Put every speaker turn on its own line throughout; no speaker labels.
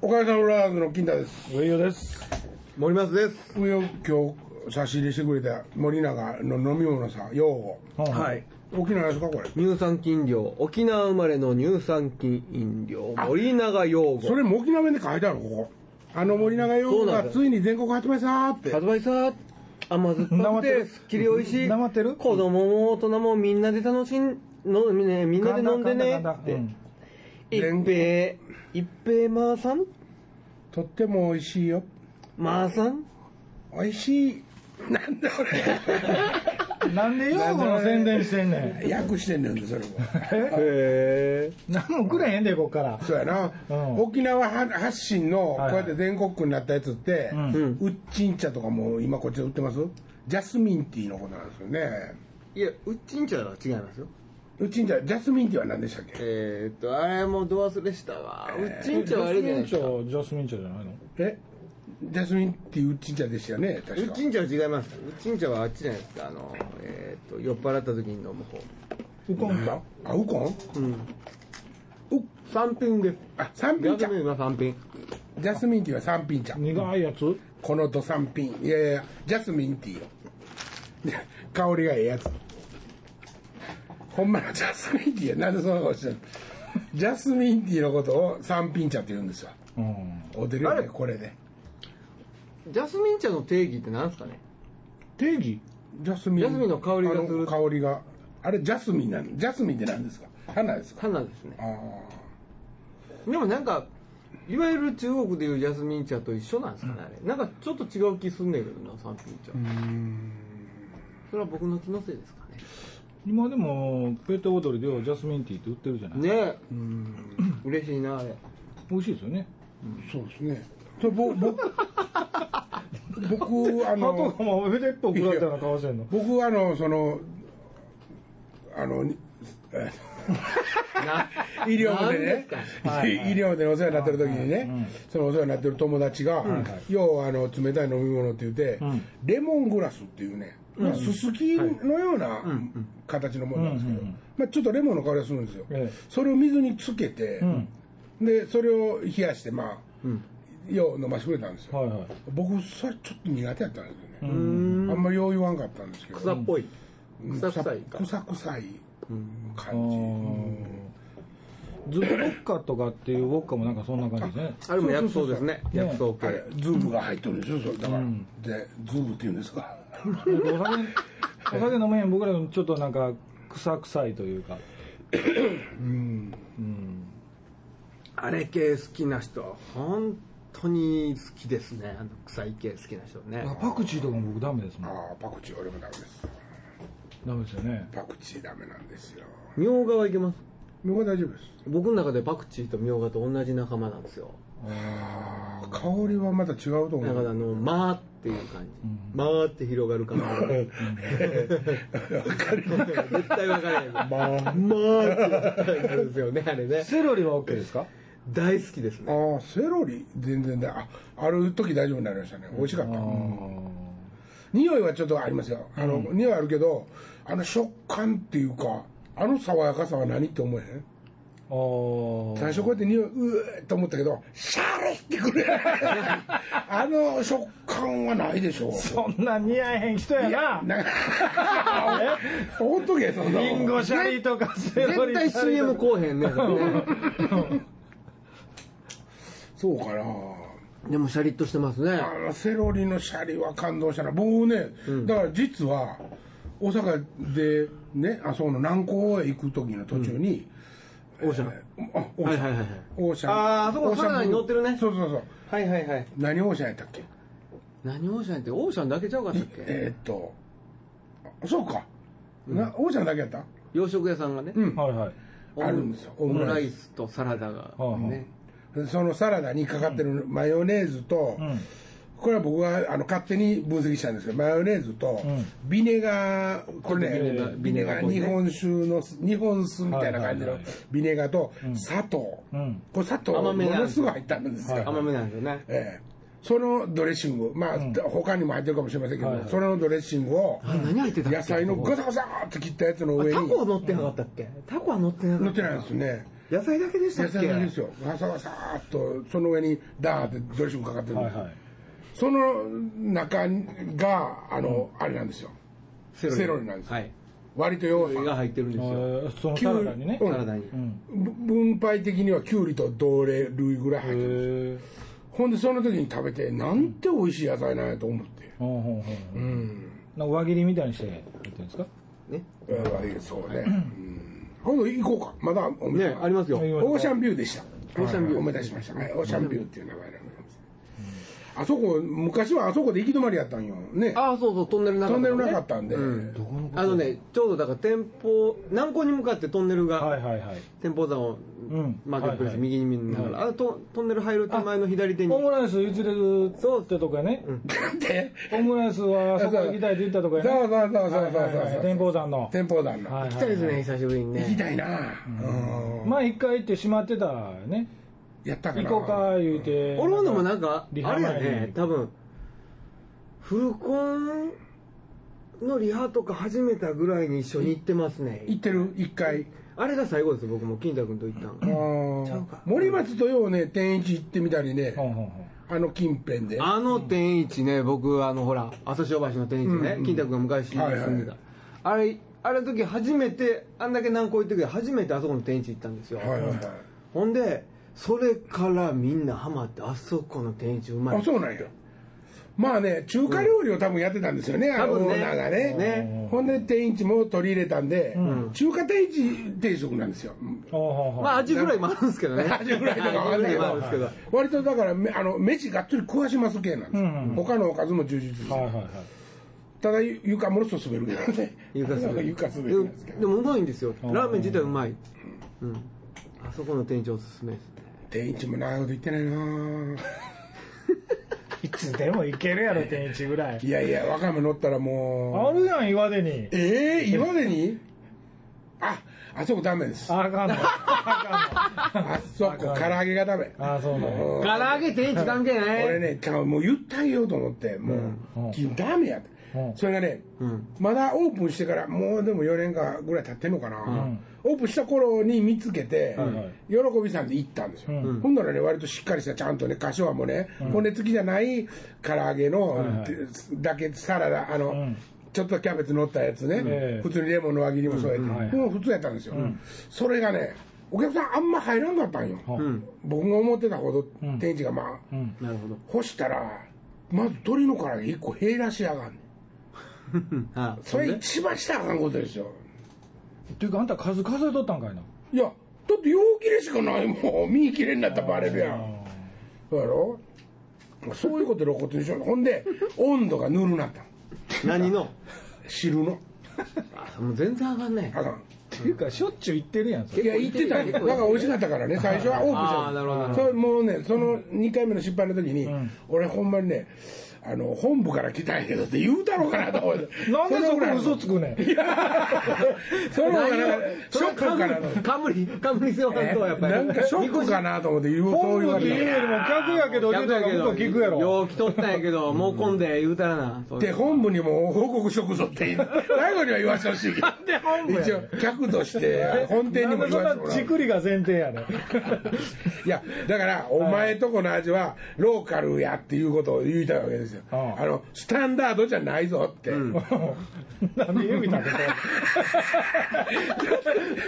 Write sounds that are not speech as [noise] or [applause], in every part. おかげさんラーズの金田です。
上与です。。
森松です。
上を今日差し入れしてくれた森永の飲み物さ、用語。
はいい。
沖縄ですか、これ。
乳酸菌量、沖縄生まれの乳酸菌飲料、森永用語。
それも沖縄弁で書いてある、ここ。あの森永用語がついに全国発売さーって。
発売さ、甘酸っ
な
ぱく
まって
て
る
すっきり美味しい。
なまってる
子供も大人もみんなで楽しん、のね、みんなで飲んでね
だ
って。一
全
平、一平まーさん
とっても美味しいよ。
まーさん
美味しい。なんで
うんなんで用語の宣伝してんねん。
俺、訳してんねんで、それも。
え
へ
何もくれへんで、こっから。
そうやな。
うん
沖縄発信の、こ
はいう
やって全国区になったやつって、
う
うんんウッチン茶とかも今こっちで売ってますジャスミンティーのことなんですよね。
え。いや、うっちんちゃは違いますよ。
ウッチン茶、ジャスミンティーは何でしたっけ
えーっと、あれもド忘れしたわ。うっちんち
ジ
ゃはあ
ャ
れ
ス
じゃ
ミ
ない
ン
です
茶、ジ
か。
ャスミン茶じゃないの
えジャスミンティーウッチン茶でしたよね、確
う
か。
ちんちゃは違います。うちんちゃはあっちじゃないですか。あの、えーっと、酔っ払った時に飲む方。
ウコンか
あ、ウコン
うん。
う
三品です。
あ、三品
逆
茶
に。言えば三品。
ジャスミンティーは三品茶。
苦いやつ
このド三品。いやいや、ジャスミンティーよ。 [laughs] で香りがええやつ。ほんまのジャスミンティーや。なんでそんなことしてんのジャスミンティーのことを三品茶って言うんですよ。
うん。
おてるよ
あ
ね、
れ
これで。
ジャスミン茶の定義って何ですかね
定義
ジャスミン。
ジャスミンの香りがす
あ
る
の香りが。あれ、ジャスミンなんジャスミンって何ですか花ですか
花ですね
あ。あ。
でもなんか、いわゆる中国でいうジャスミン茶と一緒なんですかね、あれ。なんかちょっと違う気すんねんけどな、三品茶。それは僕の気のせいですか
今でも、ペットボトルでジャスミンティーって売ってるじゃない
ね。ねえ。嬉しい [laughs] な、あれ。
美味しいですよね。
そうですね。それぼ [laughs] ぼ僕、あ
あと
の、
かも腕っぽくられたような顔してんの。
僕、あの、その、あの、にえ
な
医療部でね
何で、
医療部でお世話になってる時にね、そのお世話になってる友達が、ようあの冷たい飲み物って言って
ん、
レモングラスっていうね、まあすすきのような形のものなんですけど
うんうんうん、
まあちょっとレモンの香りがするんですよ
ええ。
それを水につけて
う、ん。
で、それを冷やして、ま
うん。
あ、よう飲ましてくれたんですよ。
はいはい。
僕それちょっと苦手やったんですよね、
う。
うん
あんまりよう言わんかったんですけど
草っぽい。
うん
草臭いか。
草臭い
あ
感じ、
ーズブロッカとかっていうウォッカもなんかそんな感じですね。
あれも薬草ですね。
そうそうそう
薬草
あ
系
れ。ズームが入ってるでしょそれだから、
うん
でズームっていうんですか
[laughs] お酒お酒飲めへん僕らのちょっとなんか臭臭いというか、
うん
うん、
あれ系好きな人、本当に好きですね。あの臭い系好きな人ね。
パクチーとかも僕ダメです
あ
もん
あパクチー俺もダメです
ダメですよね
パクチーダメなんですよ
みょうがはいけます。
僕は大丈夫です
僕の中でパクチーとみょうがと同じ仲間なんですよ。
ああ香りはまた違うと
だか
思
らあ
う
の、まーっていう感じ。まーって広がる感じ。絶対わからへん。まー。まーってなるんですよね、あれね。
セロリは OK ですか
大好きですね。
ああセロリ全然だあある時大丈夫になりましたね美味しかった、匂いはちょっとありますよあの、匂いあるけどあの食感っていうかあの爽やかさは何って思えへん
あー
最初こうやって匂いうーっと思ったけどシャーレってく
[laughs]
るあの食感はないでしょう
そんな似合えへん人やな
なんかほっとけそんなもん
リンゴシャリとかセロ
絶
リ
対
シャリ
CM
とか
こうへんね。
そうかな
でもシャリッとしてますね。
あのセロリのシャリは感動したな僕ね、だから実は大阪でねあその南港へ行く時の途中に、
オーシャン。
あオ
は
ー
い
シャン、
はいはいはい。
オーシャン
あーあそこ
オーシャン
サラダに乗ってるね
そうそうそう
はいはいはい。
何オーシャンやったっけ
何オーシャンってオーシャンだけちゃうかったっけ
えーっとあそうか、なオーシャンだけやった
洋食屋さんがね、
うん
はいはい
オム
あるんですよ
オ
オム
ム
ラ
ラ
イ
イスとサラダが
あはあ
ね、
そのサラダにかかってるマヨネーズと、
うん
これは僕はあの勝手に分析したんですけどマヨネーズと
うん
ビネガーこれね
ビネ
ビネガ
ガー
ー
ビ
日
ネガ
本酒の日本酢みたいな感じの
はいはいはい
ビネガーと砂糖、
うん
これ砂糖も
甘めなん
の
です
す
よ
ごい入ったんですよ、
はい
甘めなんですよね、
ええそのドレッシングまあ、他にも入ってるかもしれませんけど、
はいはい
そのドレッシングを
あ何入ってたっけ
野菜のガサガサーって切ったやつの
あ
上に
タコは乗ってなかったっけタコは乗ってなか
乗
っ
って
た
ないんですね
野菜だけでした
野
っけ
菜だけですよガサガサーっとその上にダーってドレッシングかかってるん
は
で
い
す、
はい
その中があの、あれなんですよ
セ
セロリなんですよ
はい。
割と弱
セロリが
さ
入ってるんで
え
すよ。
ーそのサラダにね
う
サ
ん
ラダに。
うん
ぶ分配的にはキュウリと同類類ぐらい入
へ
ってる
え
ほんでその時に食べてなんて美味しい野菜なんやと思って
ほんほんほ
うんん
なんか輪切りみたいにしてやってるんですか
ね。
うんそうね、うん、今度行こうかまだお店
ね、ありますよ。
はい
オーシャンビューでした。
オーシャンビ
は
ュー
いお待たせしました。はい、オーシャンビューっていう名前なんです。あそこ、昔はあそこで行き止まりやったんよ。ね。
ああ、そうそう、トンネルなか
ト
った、
ン
ね。
ネルなかったんで。
うん。あのね、ちょうどだから店舗、南港に向かってトンネルが、
はいはいはい
店舗山を、
うん
マーケットプレ
は
ス
いはい
右に見ながら、
はい
あのトトンネル入る手前の左手に
オ、ムライスいつれるってとかね
なん [laughs] で
オムライスはそこ行きたいって言ったとか
そう
や
そ
ね
うそうそうそう
はいはい
そ
は
う
い。天保山の
天保山の。
はいはいはい
行きたいですね、久しぶりに
行き
ね。
たいな。うん
前一回行ってしまってたね
やったか
行
な。
こうか言うて
俺はでもなんか、
リ
あ
ハ
れ
前
や
に
ね、多分、フルコンのリハとか始めたぐらいに一緒に行ってますね。
行ってる一回。
あれが最後です、僕も金太君と行ったの
あ。
ちゃう
ー
か
森松とようね、天一行ってみたりね
ほ、んほんほん
あの近辺で。
あの天一ね、僕、あの、ほら、朝潮橋の天一ね、金太君が昔住
はいはい
んでた。あれ、あれの時初めて、あんだけ南高行ってくけど、初めてあそこの天一行ったんですよ。
はいはいはい。
ほんで、それからみんなハマって、あそこの天一うまい。
あ、そうなんや。まあね、中華料理を多分やってたんですよね、あの
多分
オ
ね
ーナーがね。
ね
ほんで、天一も取り入れたんで、中華天一定食なんですよ。
ほんほんほん
まあ、アジフライもあるんです
[laughs]
けどね。
アジフライとか
[laughs]
はあるんだけど
アジフライもあるんですけど。
割とだから、めあの、飯がっつり食わします系なんですよ。
うんうん
他のおかずも充実して
はい
る。
はいはい
ただ、ゆ床もろっと滑るけど
[laughs]
ね。
床滑
[laughs]
る
床滑
で
るんですけ
で
ど。
もうまいんですよ。
うん
ラーメン自体うまい。うん。あそこの天一おすすめですね。
天一も長いこと言ってないなぁ
いつでも行けるやろ天一ぐらい
いやい
[laughs]
や、若山乗ったらも
あるやん岩手に
う。え
[laughs]
え今までにあ、あそこダメです。
あ [laughs] かんのあかんの
あそこ、唐揚げがダメ。
あそうなの
うん
唐揚げ天一関係ない。
俺ね、かもう言ったよと思って、も
うん
う、ダメやって
うん。
それがね、
うん。
まだオープンしてから、もうでも4年かぐらい経ってんのかな。
ん
オープンした頃に見つけて、
はいはい
喜びさんで行ったんですよ。
うん
ほんならね、割としっかりした、ちゃんとね、柏もね、骨付きじゃない唐揚げの、
はいはい
でだけサラダ、あの、
ん
ちょっとキャベツ乗ったやつね、
ええ
普通にレモンの輪切りもそうやって、
んはいはい
もう普通やったんですよ、それがね、お客さんあんま入らんかったんよ。
うん。
僕が思ってたほど、
ん
天一がまあ、
うん
なるほど。
干したら、まず鶏の唐揚げ1個減らしやがんねん。
あ、
それ一番したらあかんことですよ。
っていうかあんた数数えとったんかいない
や、だって容切れしかないもん。 [laughs] 見切れになったらバレるやん。そうやろそういうこと露骨にしよう。ほんで、温度がぬるなったの。
何の
汁の。
あ、もう全然あかんね
あかん。
っていうかしょっちゅう行ってるやんそれ
いや、言ってたんよ。だから美味しかったからね、最初はオープンした
あーなるほどなる
それもうね、その2回目の失敗の時に、俺ほんまにね、あの、本部から来たんやけどって言うたろうかなと思って。
なんでそ
れぐらい
こ
の
嘘つくねん
いやその方がなんかショックかなと思って。
冠、冠背負わんと、やっぱり。
なんかショックかなと思って言う、そう言
本部
わ
って
れ
言う
て。
よりも客やけど出たら向こう聞くやろ
よう来とったんやけど、もう混んで言うたらな。そういう
で、本部にも報告しとくぞって
[laughs]
言う、最後には言わせてほしいけど。
で本部や
一応、客として、本店
な
に
ん
も
で
言
そん
わせ
な
てもら
ち
う。
くりが前提や [laughs] ねん
いや、だから、お前とこの味は、ローカルやっていうことを言いたいわけですよ。
ああ
あの、スタンダードじゃないぞって。 [laughs]
なんで指立てて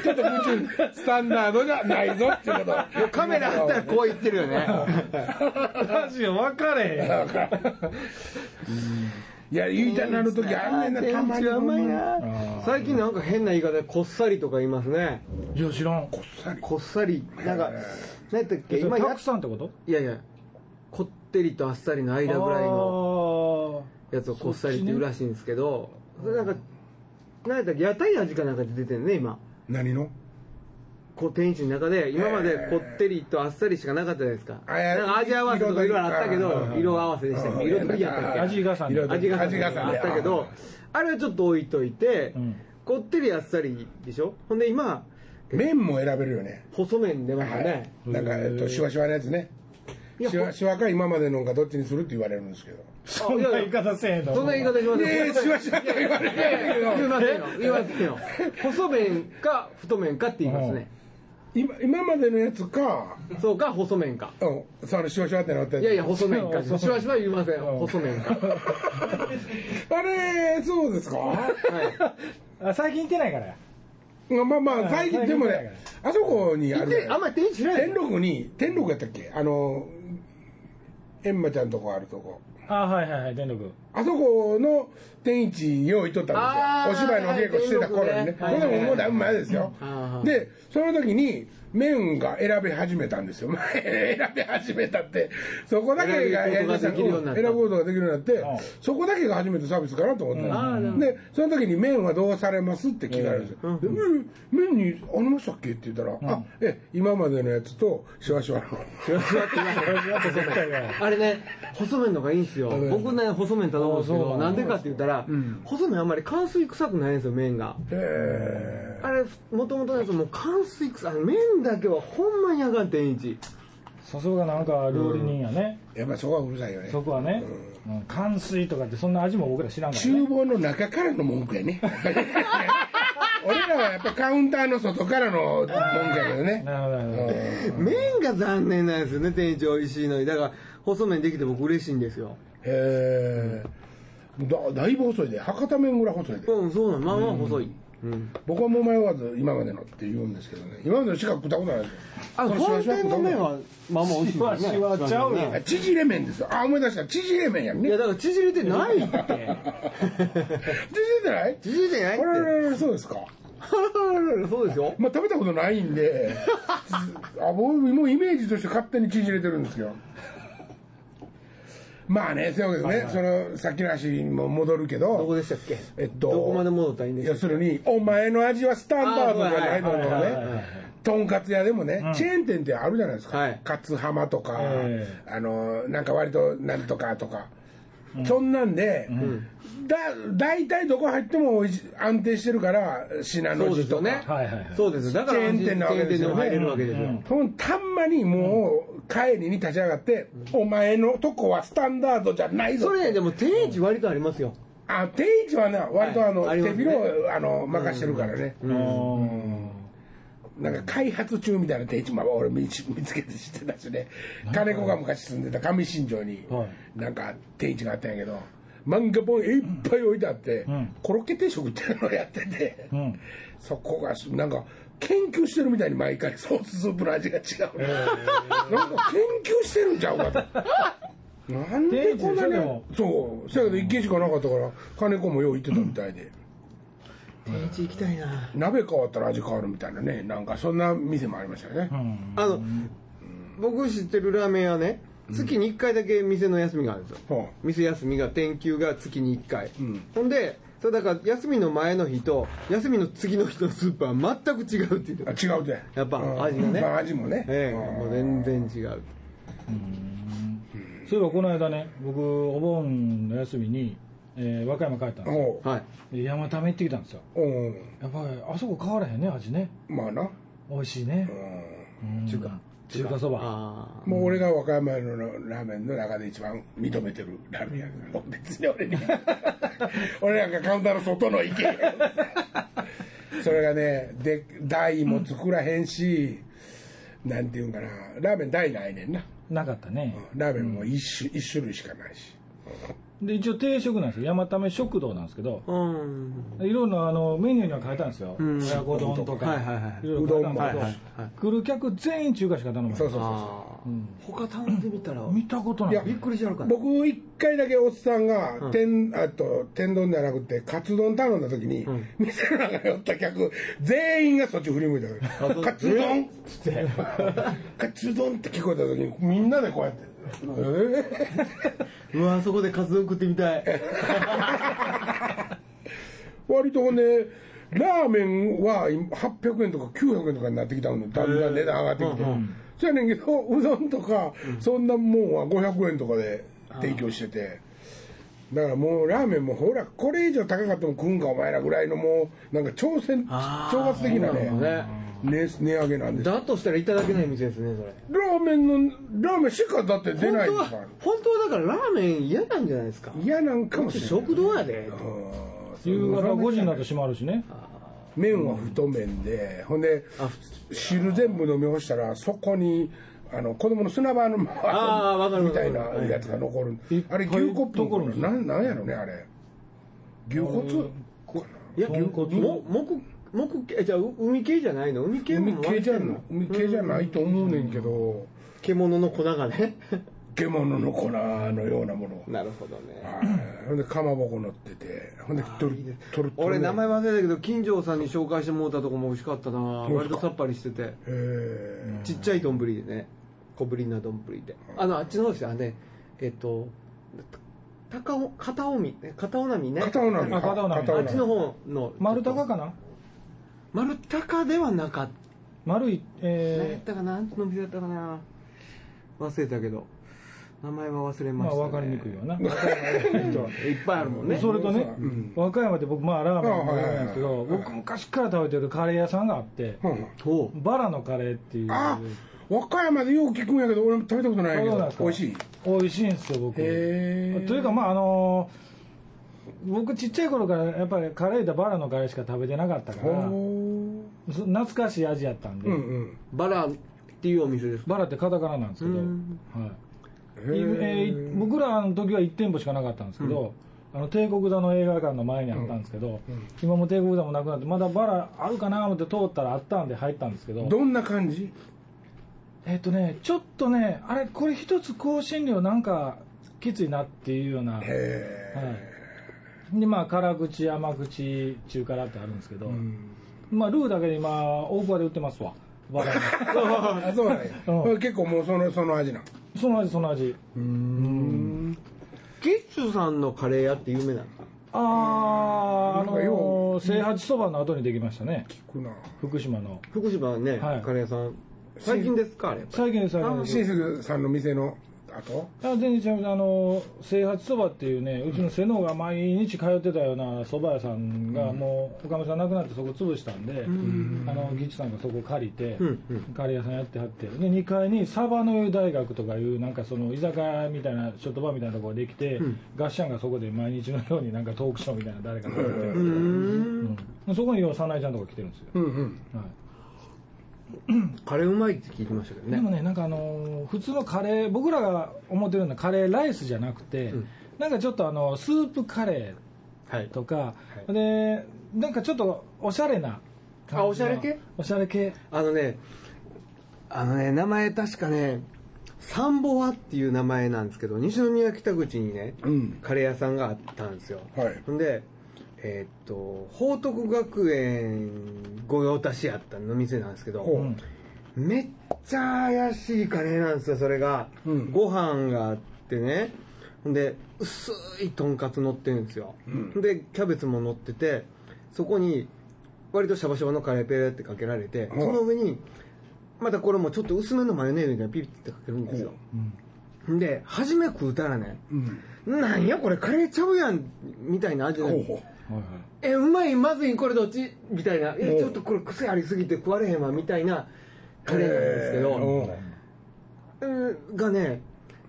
ちょっと夢中に、スタンダードじゃないぞっていうこと。
もうカメラあったらこう言ってるよね。
[laughs] ラジオ分かれへんやん
いや、言いたいなる時あんねんな、たまに。
うまいな
あー
最近なんか変な言い方でこっさりとか言いますね
いや知らん
こっさり。
こっさりなんか何やったっけ今
今
や
たくさんってこと
いやいやこってりとあっさりの間ぐらいの
の
やつをこっさりって言うらしいんですけどそれなんか何やったっけ屋台味かなんかで出てんね今
何の
こう天一の中で今までこってりとあっさりしかなかったじゃないですか
あいや
なんか味合わせとかいろいろあったけ
色とり
ど色合わせでしたっけ色とりやったっけ
味がさね
味
味
がさ
がさ
ね
あったけどあれはちょっと置いといて、
うん
こってりあっさりでしょほんで今
麺も選べるよね。
細麺出ますよね、
はい。なんか、えっと、シワシワのやつね。
いや
シワシワか今までのんかどっちにするって言われるんですけど。
そんな言い方せえへんの
そんな言い方しません
ねえ、シワシワと言われるんやけど。
言いませんよ言いませんよ細麺か太麺かって言いますね
今今までのやつか、
そうか、細麺か。
うん、そのシュワシュワってなったやつ
いやいや、細麺か。 [laughs]
そう
シ
そう
ュワシュワ言いません。細麺 [laughs] か。は
[laughs] あれそうですか
あ最近行ってないからや
まあまあ最近でもねあそこに
い。
あ
行っ
る
て、あんまり店員知らない
天。禄に天禄やったっけあのエンマちゃんとこあるとこ
あはいはいはい電力
あそこの天一によう行っとったんですよお芝居のお稽古してた頃にねこ
はいは
れ
いはい
でももうだいぶ前ですよ
あー
でその時に麺が選べ始めたんですよ選べ始めたってそこだけがやりだした
選ぶことができるようになった
選ぶことができるようにな
う
っ
ん
てそこだけが初めてサービスかなと思った
あーなる
ん
ほ
ですでその時に麺はどうされますって聞かれるんですよでうん麺にありましたっけって言ったらあええ今までのやつとシュワシュワの
シュワシュワって言いません。あれね、細麺のがいいんですよ。僕ね、細麺頼むんですけ
あそ
ど、
う
なんでかって言ったら、細麺あんまり乾水臭くないんですよ、麺が。
へ
あれ、もともとのやつもう乾水臭い。あの麺だけはほんまにあかん、天一。
さすがなんか料理人やね、
えやっぱりそこはうるさいよね
そこはね、うん、乾水とかってそんな味も僕ら知らんから、
厨
ね、
房の中からの文句やね。俺らはやっぱカウンターの外からの文句やけどね。
なるほどなるほど、
麺が残念なんですよね、天一美味しいのに。だから、細麺できて僕嬉しいんですよ。
へえ。だだいぶ細いで博多麺ぐらい細いで
うん、そうなん、まあまあ細い。うん。
僕はもう迷わず今までのって言うんですけどね今までのしか食ったことないですよ
あ、
これシワ
本
シワ
店の麺は、まあまあ美味しいですね。
シワシワちゃうやん
あ縮れ麺ですよあ思い出した縮れ麺やん
い
ね [laughs]
や、だから縮れてないっ
縮
て。
れてない
縮れてな
あ
いって。
ららららそうですか
[laughs] そうですよ。
まあ食べたことないん
[laughs]
であ僕もうイメージとして勝手に縮れてるんですよまあねそういうわけでね、そのさっきの話にも戻るけど
どこでしたっけ
えっと
どこまで戻ったらいいんです
要
か
するにお前の味はスタンダードじゃないの
あ
も
はいはいはいはい
ねとんかつ屋でもね、チェーン店ってあるじゃないですか、
はい
カツハマとか、
え
あのなんか割となんとかとか、そんなんで、だ大体どこ入っても美味し安定してるから信濃
そう
路
です
と
よ
か、
ね。
はいはいはい
そうですよ。だから、
チェーン店なわけですよね
チェーン店でも入れるわけですよ。
ほんたんまにもう帰りに立ち上がって、お前のとこはスタンダードじゃないぞ
それね、でも定位置割とありますよ。
あ定位置はな割とあの、
はいありま
手
すね
広をあの任してるからね、
うん
なんか開発中みたいな定位置も俺見つ見 [laughs] つけて知ってたしね金子が昔住んでた上新庄に
は
なんか定位置があったんやけど漫画本いっぱい置いてあって、
ん
コロッケ定食っていうのをやってて、
ん
そこがなんか研究してるみたいに毎回ソーススープの味が違う、なんか研究してるんちゃうかとなんでこんな
定位置でしょで
に
も
そうそやけど一軒しかなかったから金子もよう行ってたみたいで。
定位置行きたいな。
鍋変わったら味変わるみたいなねなんかそんな店もありましたよね、
あの、僕知ってるラーメン屋ね、月に1回だけ店の休みがあるんですよ。
はあ
店休みが、天休が月に1回。ほんで、それだから休みの前の日と、休みの次の日のスーパーは全く違うって言って
あ
た。
違うて
やっぱ
うん
味がね
まあ味もね、
ええ、もう全然違う。
そういえばこの間ね僕お盆の休みに、えー和歌山帰ったんで
おう
はい。
すよ山田め行ってきたんですよ
おう
やっぱりあそこ変わらへんね味ね
まあな、
美味しいね
う、
うん
中華
中華そば
あ
ん、もう俺が和歌山のラーメンの中で一番認めてるラーメンやから [laughs] 別に俺に俺なんかカウンターの外の意見 [laughs] それがねで台も作らへんし、なんていうんかなラーメン台ないねんな
なかったね
ラーメンも一種,、一種類しかないし
で一応定食なんですよ山め食堂なんですけど
あ。うん。
いろんなあのメニューには書いたんですよ
ん
親子丼とか
はいはいはい
いろい
う
ろ書いたんです
どんもは
け
い
ど、
はい
はい
来る客全員中華しか頼まない
そうそうそうそう
ああ。他頼んでみたら、
見たことない
いや
びっくりしちゃうから。
僕一回だけおっさんが天,、あと天丼じゃなくてカツ丼頼んだ時に、店の中におった客全員がそっち振り向いたから「カツ丼?」っつって「 [laughs] カツ丼?」って聞こえた時にみんなでこうやって「え
うわ、そこでカツ丼食ってみたい。
ー割とねラーメンは800円とか900円とかになってきたのでだんだん値段上がってきて、そやねんけど [laughs] うどんとか、そんなもんは500円とかで提供してて。だからもうラーメンもほらこれ以上高かっても食うんかお前らぐらいのもうなんか挑戦
あー
挑発的なね
そうなの
ね値上げなんです
だとしたらいただけない店ですね、それ。
ラーメンのラーメンしかだって出
本
ない
当
んだ
は
から、
本当はだからラーメン嫌なんじゃないですか。
嫌なんかもしれない
食堂やで。
うん
夕方5時になると閉まるしね
麺は太麺で、ほんで
あ
汁全部飲み干したらそこにあの子供の砂場の
あーわかる
み
わか
たい
る
なやつが残る、
いっぱ
あれ
い
牛骨
残るんですよ
なんなんやろねあれ牛骨
いや、
豚骨
も木、木系、じゃあ、う海系じゃないの海系
海
も
系じゃん海系じゃないと思うねんけど
獣の粉がね。 [laughs]
獣の粉のようなものが
なるほどね。
はいほんでかまぼこ乗っててほんでとるとるとる
俺、名前忘れたけど、金城さんに紹介してもらったとこも美味しかったな割とさっぱりしてて。
え
ちっちゃい丼でね。小ぶりな丼で。あの、あっちの方ですよ。あね、えっと、た高尾、片尾み、片尾波ね。
ー、片尾な
あ片
の
尾なの
あっちの方の。
丸高かな
丸高ではなかった。
丸い、
何やっ
え
たかなあんちの店だったかな忘れたけど名前は忘れ
ー、
ま
ま
した、
あ
ね
分かりにくい
[laughs]
よな。
いっぱいあるもんね
それとね、
うん
和歌山って僕、まあ、ラーメンも
あはい
な
はいはい
んですけど、僕、昔から食べてるカレー屋さんがあって、
うん
ほ
バラのカレーっていう、
あ和歌山でよく聞くんやけど俺も食べたことないんや
そうな
け
んです
ど
か
美味しい
美味しいんですよ、僕。
へえ
というか、まあ、あのー僕、ちっちゃい頃からやっぱりカレーだバラのカレーしか食べてなかったから、
うん
そ懐かしい味やったんで、
うん
うバラっていうお店ですか
バラってカタカナなんですけど、
うん
はい
へ
いえ
ー
ー僕らの時は1店舗しかなかったんですけど、あの帝国座の映画館の前にあったんですけど、今もう帝国座もなくなってまだバラあるかなと思って通ったらあったんで入ったんですけど
どんな感じ
えっ、とねちょっとねあれこれ一つ香辛料なんかきついなっていうような、はい、
へ
でまあ辛口甘口中辛ってあるんですけど、まあルーだけで今大久保で売ってますわバ [laughs] ラ
ーあそうなんや
う
結構もうそのその味なん
その味その味
ゲッチュさんのカレー屋って有名なの
あーあ
なんかよ
のー清八そばの後にできましたね
聞くな
福島の
福島はね、
はい
カレー屋さん最近ですかあれやっぱ
最近です最近です
新宿さんの店の後
あ全然違いますあの清八そばっていうねうちの瀬能が毎日通ってたようなそば屋さんが、もうおかみさん亡くなってそこ潰したんで、あのギチさんがそこ借りて、
んう
カレー屋さんやってはってで2階にサバの湯大学とかいうなんかその居酒屋みたいなショットバーみたいなところができて、ガッシャンがそこで毎日のようになんかトークショーみたいな誰かがやってる
うー
ん
ん
ですよそこによう早苗ちゃんとか来てるんですよ、
うんうん
はい
カレーうまいって聞いてましたけど
で
ね
もねなんかあのー普通のカレー僕らが思ってるようなカレーライスじゃなくて、なんかちょっとあのスープカレ
はい
ーとか、でなんかちょっとおしゃれな感じの
あおしゃれ系
おしゃれ系
あのねあのね名前確かねサンボワっていう名前なんですけど西宮北口にね、
うん
カレー屋さんがあったんですよ、
はい
ほんでえーっと報徳学園御用達やったの店なんですけど、
ほ
めっちゃ怪しいカレーなんですよそれが、
うん
ご飯があってねほんで薄いとんかつ乗ってるんですよ、ほん、でキャベツも乗っててそこに割とシャバシャバのカレーペーってかけられて、
うん
その上にまたこれもちょっと薄めのマヨネーズみたいなのピッてかけるんですよ、ん、で初め食うたらね、
ううん
なんやこれカレーちゃうやんみたいな味な
ほ
ん
う
です
ほ
はいはい
えうまいまずいこれどっちみたいなえ
おう
ちょっとこれ癖ありすぎて食われへんわみたいな
う
カレーなんですけ
へー
ど、
うん
うんがね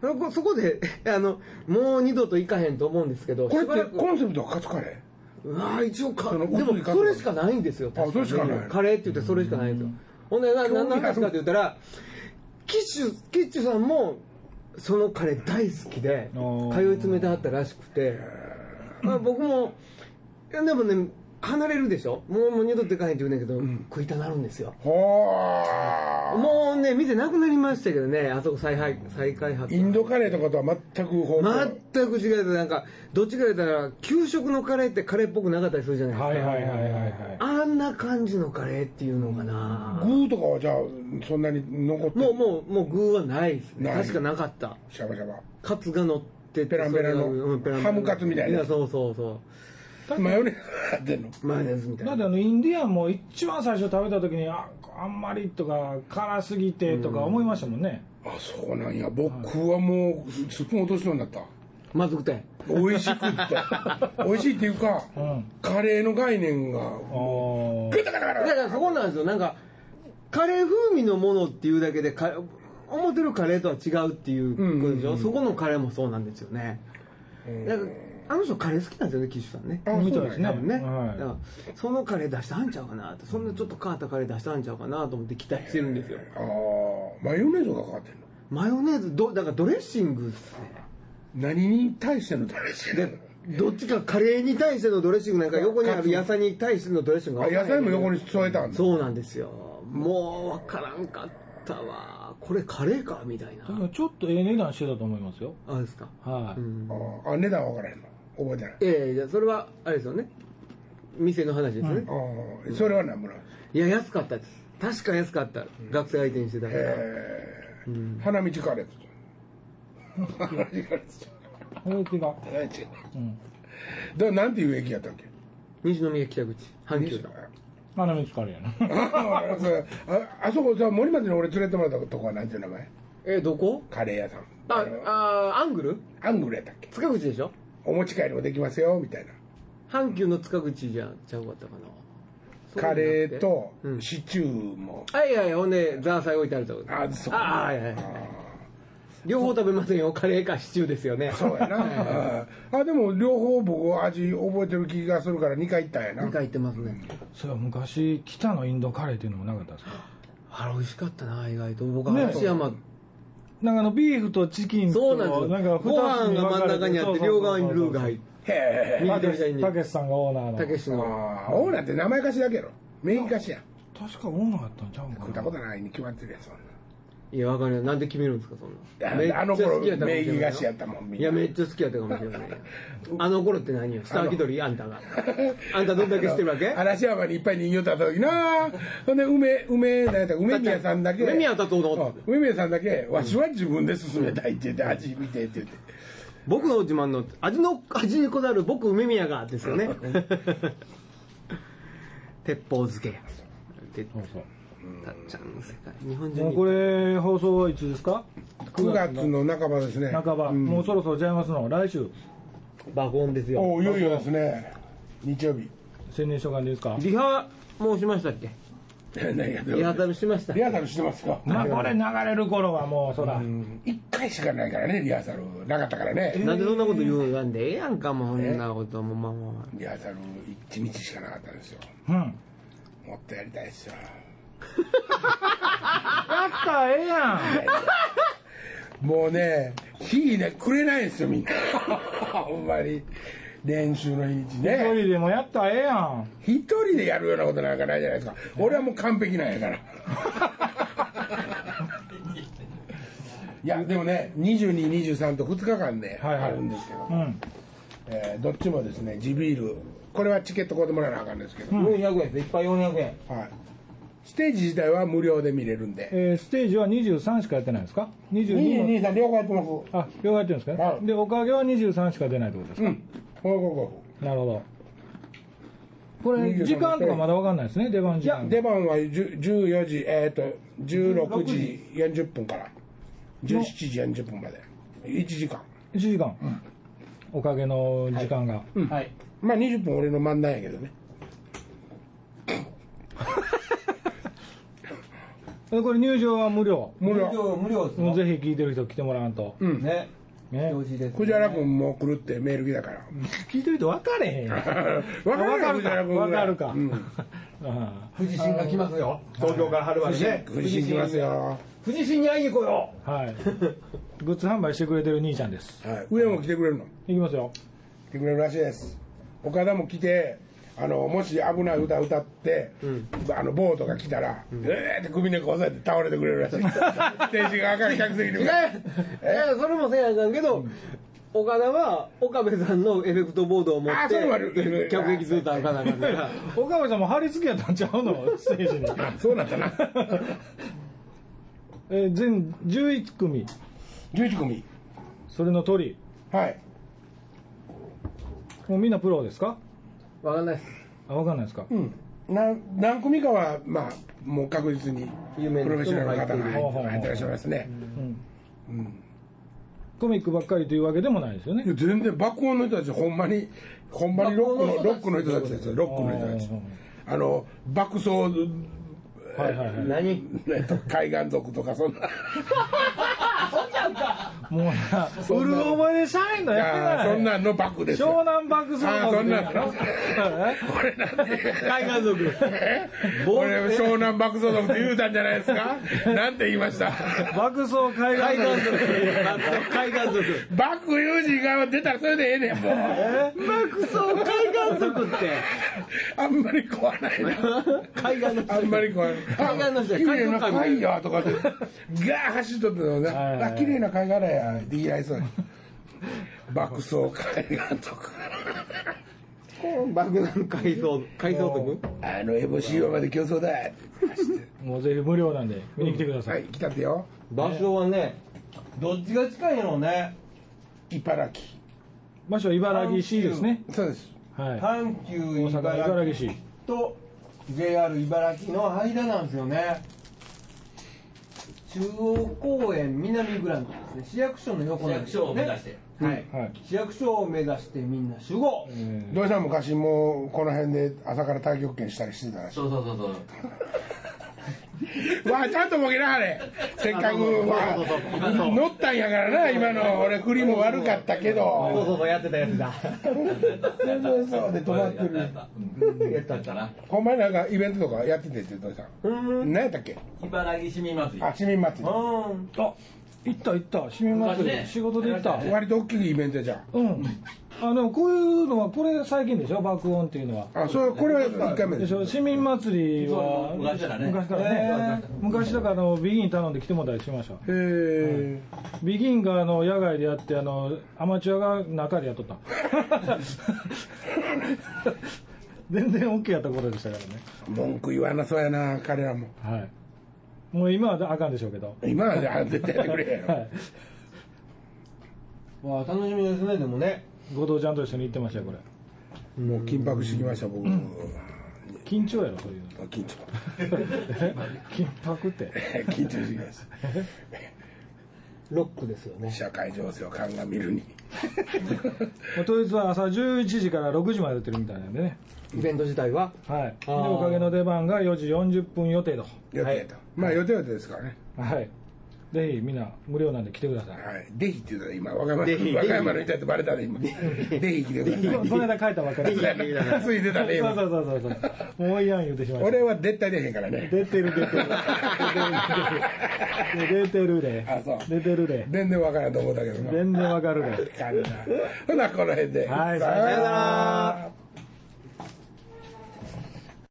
そこそこで [laughs] あのもう二度と行かへんと思うんですけど
こ
しば
れ
ら
って
く
コンセプトはカツカレ
うわ一応か
その
で
薄い
も
カツ
それしかないんですよ
あそれしかない
確にカレーって言ってそれしかないんですよほんでな
興味あ
な
る
なんですかって言ったらキッシュキッシュさんもそのカレー大好きで
あー
通い詰めてはったらしくて、まあ、僕もいやでもね離れるでしょもうもう二度と行かへんって言うねんけど、食いたなるんですよ
ーほー
もうね店なくなりましたけどねあそこ再配再開発
インドカレーとかとは全く方向
全く違うなんかどっちか言ったら給食のカレーってカレーっぽくなかったりするじゃないですか、
はいはいはいはいはい
あんな感じのカレーっていうのかな、
グーとかはじゃあそんなに残って
もうもうもう具はないですね
ない
確かなかった
シャバシャバ
カツが乗ってて
ペランペラの
それがうんペランペ
ハ
ラ
ムカツみたいな
やそうそうそ
マヨネーズ入ってんの
うマヨネーズみたい
だ
な
ってあのインディアンも一番最初食べた時にああんまりとか辛すぎてとか思いましたもんね、
あそうなんや僕はもうスプーン落としそうになった
まずくて
美味しくって美味しいっていうか、
ん
カレーの概念が
おー
ガタガタガ
だ
タ
からそこなんですよなんかカレー風味のものっていうだけでカレー思ってるカレーとは違うっていうことでしょ、そこのカレーもそうなんですよね、だからあの人カレー好きなんですよね、岸さんね。
あ
みたいですね
多分ね、
はい
だからそのカレー出したんちゃうかなとそんなちょっと変わったカレー出したんちゃうかなと思って期待してるんですよ
ああマヨネーズがかかってんの
マヨネーズどだからドレッシングっす
何に対してのドレッシング
ねどっちかカレーに対してのドレッシングなんか横にある野菜に対してのドレッシング
あ
が分か
野
らへん
菜も横に添えたんだ
そうなんですよもう分からんかったわこれカレーかみたいな
でもちょっとええ値段してたと思いますよ。
あですか
はい。
うん
ああ値段分からへんの覚えてない
ええじゃあそれはあれですよね店の話ですね、
ああそれは何もない
いや安かったです確か安かった、学生相手にしてたから
えー花道カレーと花道カレーと花道カレー
これってか、うん。
だなんていう駅やったっけ
西宮北口阪急だ
花道カレーや
[laughs]
な。
あそうああそこさ森松に俺連れてもらったとこはなんていう名前
えどこ
カレー屋さん
あ
の
あーアングル
アングルやったっけ
塚口でしょ
お持ち帰りもできますよみたいな
阪急の塚口じゃちゃうかったかな
カレーと
うん
シチューも、
はいはいほんでザーサイ置いてあるとこ
あそう
あはいはい両方食べませんよカレーかシチューですよね
そうやなあでも両方僕味覚えてる気がするから2回行ったんやな
2回行ってますね
それは昔、北のインドカレーっていうのもなかったですか
あれ美味しかったな意外と僕
ね
嵐山
なんかあの、ビーフとチキンと、
そうなんです
か。
よご飯が真ん中にあって両側にルーが入ってて
へえ
右
た
と
け
左
し
に
たけしさんがオーナーの。
たけしの
ああオーナーって名前貸しだけやろ名義貸しや
確かオーナーやったんちゃう
食っ
んか
た
な
ことないに決まってるやんそんない
やわかるよなんで決めるんですかそんなめっ
い
ち
や
ゃ
あの頃
好きやったか
名
もしれない
義貸しやったもんみ
い
んな
や、めっちゃ好きやったかもしれない。あの頃って何よ下明き鳥あんたが。あんたどんだけ知ってるわけ
嵐山にいっぱい人形立った時なほんで梅梅何やった梅宮さんだけ
梅宮達夫の
うん梅宮さんだけわしは自分で進めたいって言って味見てって言って
僕の自慢の味の、味にこだわる僕梅宮がですよね。 [laughs] 鉄砲漬けや。で
そうそう。
たっちゃんの世界。日本
も
人
う
に。
これ、放送はいつですか
9月の半ばですね
半ば。もうそろそろちゃいますの。来週、
爆音ですよ。
おういよいよですね日曜日
青年書館でいいですか
リハ、もうしましたっけ
[laughs] 何が
リハー
リ
サルしました。
ハーサルしてますか
まあ、これ流れる頃はもう、そら。
1回しかないからねリハーサルなかったからね
なんでそんなこと言うなんでええやんか、もうそんなことも、まあまあ。
リハーサル1日しかなかったんですよ
うん。
もっとやりたいですよ
やったらええや
もうね、日ね、くれないんですよ、みんな。 [laughs] ほんまに。練習の日にち
ん一
ね。
人でもやったらええやん
一人でやるようなことなんかないじゃないですか。俺はもう完璧なんやから。いや、でもね、22、23と2日間ね、
はいはい
あるんですけど、
うん。
えーどっちもですね、地ビール、これはチケット買うてもらわなあかんですけど、
400円です。いっぱい400円。
はい。ステージ自体は無料で見れるんで。
えーステージは23しかやってないんですか ?22
22、
も。
23、両方やってます。
あ、両方やってるんですか
は
ね
い。
で、おかげは23しか出ないってことです
う
か
ん。ほうほうほ
なるほど。これ、
23
時間とかまだわかんないですね、出番
うい
時
や、
間。
出番は10 14時、えっ、と、16時40分から、17時40分まで。1時間。
1時間。おかげの時間が。
はい。
まあ20分俺の漫談やけどね。
えこれ入場は無料。
無料。
無料です
もうぜひ聞いてる人来てもらわんと。
うん。
ね。
ね。
しいです
藤原君も来るってメール来たから。
聞いてる人分かれへんよ。
わかるか、
分
藤
か
原
るか。
君ぐ
分
ら
か
い。
るか。
うん。
あ
富士新が来ますよ。東京から春までね。
藤井来ますよ。は
富士新に会いに行こうよ。
ー [laughs] はい。グッズ販売してくれてる兄ちゃんです。
い。上も来てくれるの
いきますよ。
来てくれるらしいです。岡田も来て、あの、もし危ない歌歌って、あの、ボートが来たら、えーって首根っこ押さえて倒れてくれる [laughs] らしい。天使が赤い客席に向
違う
かって
いや、それもせやかんけど、岡田は岡部さんのエフェクトボードを持
あ
っ
それもあ
て
る、
客
[laughs]
席ずっと歩かなあかんから。
岡部さんも貼り付けやったんちゃうのステージに。
あそうなったな。
えー全11組。
11組。
それの鳥。
はい。
もうみんなプロですか
わかんないです。
あ、分かんないですか
うん。何何組かは、まあ、もう確実に、プロ
有
フ
名な
ェッシ
人
ョナル
も
の
入っ
方
てい
が
る
入って入ってらっしゃいますね。
うん。
うん。
コミックばっかりというわけでもないですよね
い。や全然、爆音の人たち、ほんまに、ほんまにロックの、ロックの人たちですよ、ロックの人たち。あの、爆走、
はいはいはい。
何
えっと海岸族とかそんな。
そんな
もうな、売る覚えで社員のやって
や
ない。
そんなんのバックです
湘
よ。
南爆走
あーそんなん
の
[laughs] 俺なんで。
海岸族。ボ
俺湘南爆走族って言うたんじゃないです [laughs] かなんて言いました
[laughs] 爆走海
海
岸
岸
の
族。海岸族。
バック友人が出たらそれでええねんもう
爆走海岸族って。
あんまり怖ないな
海岸の人
あんまり怖い
海岸の人
あ
や
綺麗な海
海
やとかってガー走っとってのね
はいはいはい
あ綺麗な海岸だやって言い合いそうに爆走海岸と
[laughs]
か
爆弾改造、改造族
あのエボシ岩まで競争だ
もうぜひ無料なんで、見に来てくださ。
はいい来たってよ
場所はね、どっちが近いのね。
茨城
場所は茨城市ですね。
そうです
はい。
阪急
大阪、茨城市。
と JR 茨城の間なんですよね中央公園南グランドですね市役所の横な
市
ん
役
ですよ
所を
ね
目指して。
はい、
はい。
市役所を目指してみんな集合
え
どうした昔もうこの辺で朝から太極拳したりしてたらしい
そうそうそうそう。
わあちゃんとボケなはれせっかくわあ乗ったんやからな今の俺振りも悪かったけど
そうそうやってたやつだ [laughs]
そうそうそうで止まってる
やった
だったな。
ほんまになんかイベントとかやっててってどうした
うーんう
何やったっけ
茨城市民祭り。
あ市民祭り
ーん
ーあ、行った行った。市民祭
昔
り。
ね
仕事で行った。
割と大きいイベントじゃん
うん。あ、でもこういうのは、これ最近でしょ爆音っていうのは。
あそれこれは1回目
で
で
し
しょ
ょ市民祭りは
そう昔からね
昔からね昔だからあのビギン頼んで来てもらったりしました
へえ
ビギンがあの野外でやってあのアマチュアが中でやっとった全然 OK やった頃でしたからね
文句言わなそうやな彼らも
はいもう今はあかんでしょうけど
今はねあ絶対やってくれへんや
は
ろ
い
わあ楽しみですねでもね
後藤ちゃんと一緒に行ってましたよこれ
もう緊迫してきました僕
緊張やろそういうの
緊張
緊迫って
[laughs] 緊張してきました
ロックですよね
社会情勢を鑑みるに
もう当日は朝11時から6時までやってるみたいなんでね
イベント自体は
はいで
あー
おかげの出番が4時40分予定と
予定と、まあ予定予定ですからね
はい。ぜひみんな無料なんで来てください。
はい、デヒって言うたら今和歌山
デヒ
和歌山の人やってバレたね今デヒ来て
[laughs]
くだ
ここの間書いたばっかり。
さいついてたね
そ
今
うそうそうそう。もういいやん言うてしまいまし
俺は絶対出へんから
た。
ね
出てる出てる。出てるで
あそう。
出てる
[laughs]
で。
全然わからんと思ったけどな
全然わかるで。
ほなこの辺で
はい
さよ
さよ
な
な
ら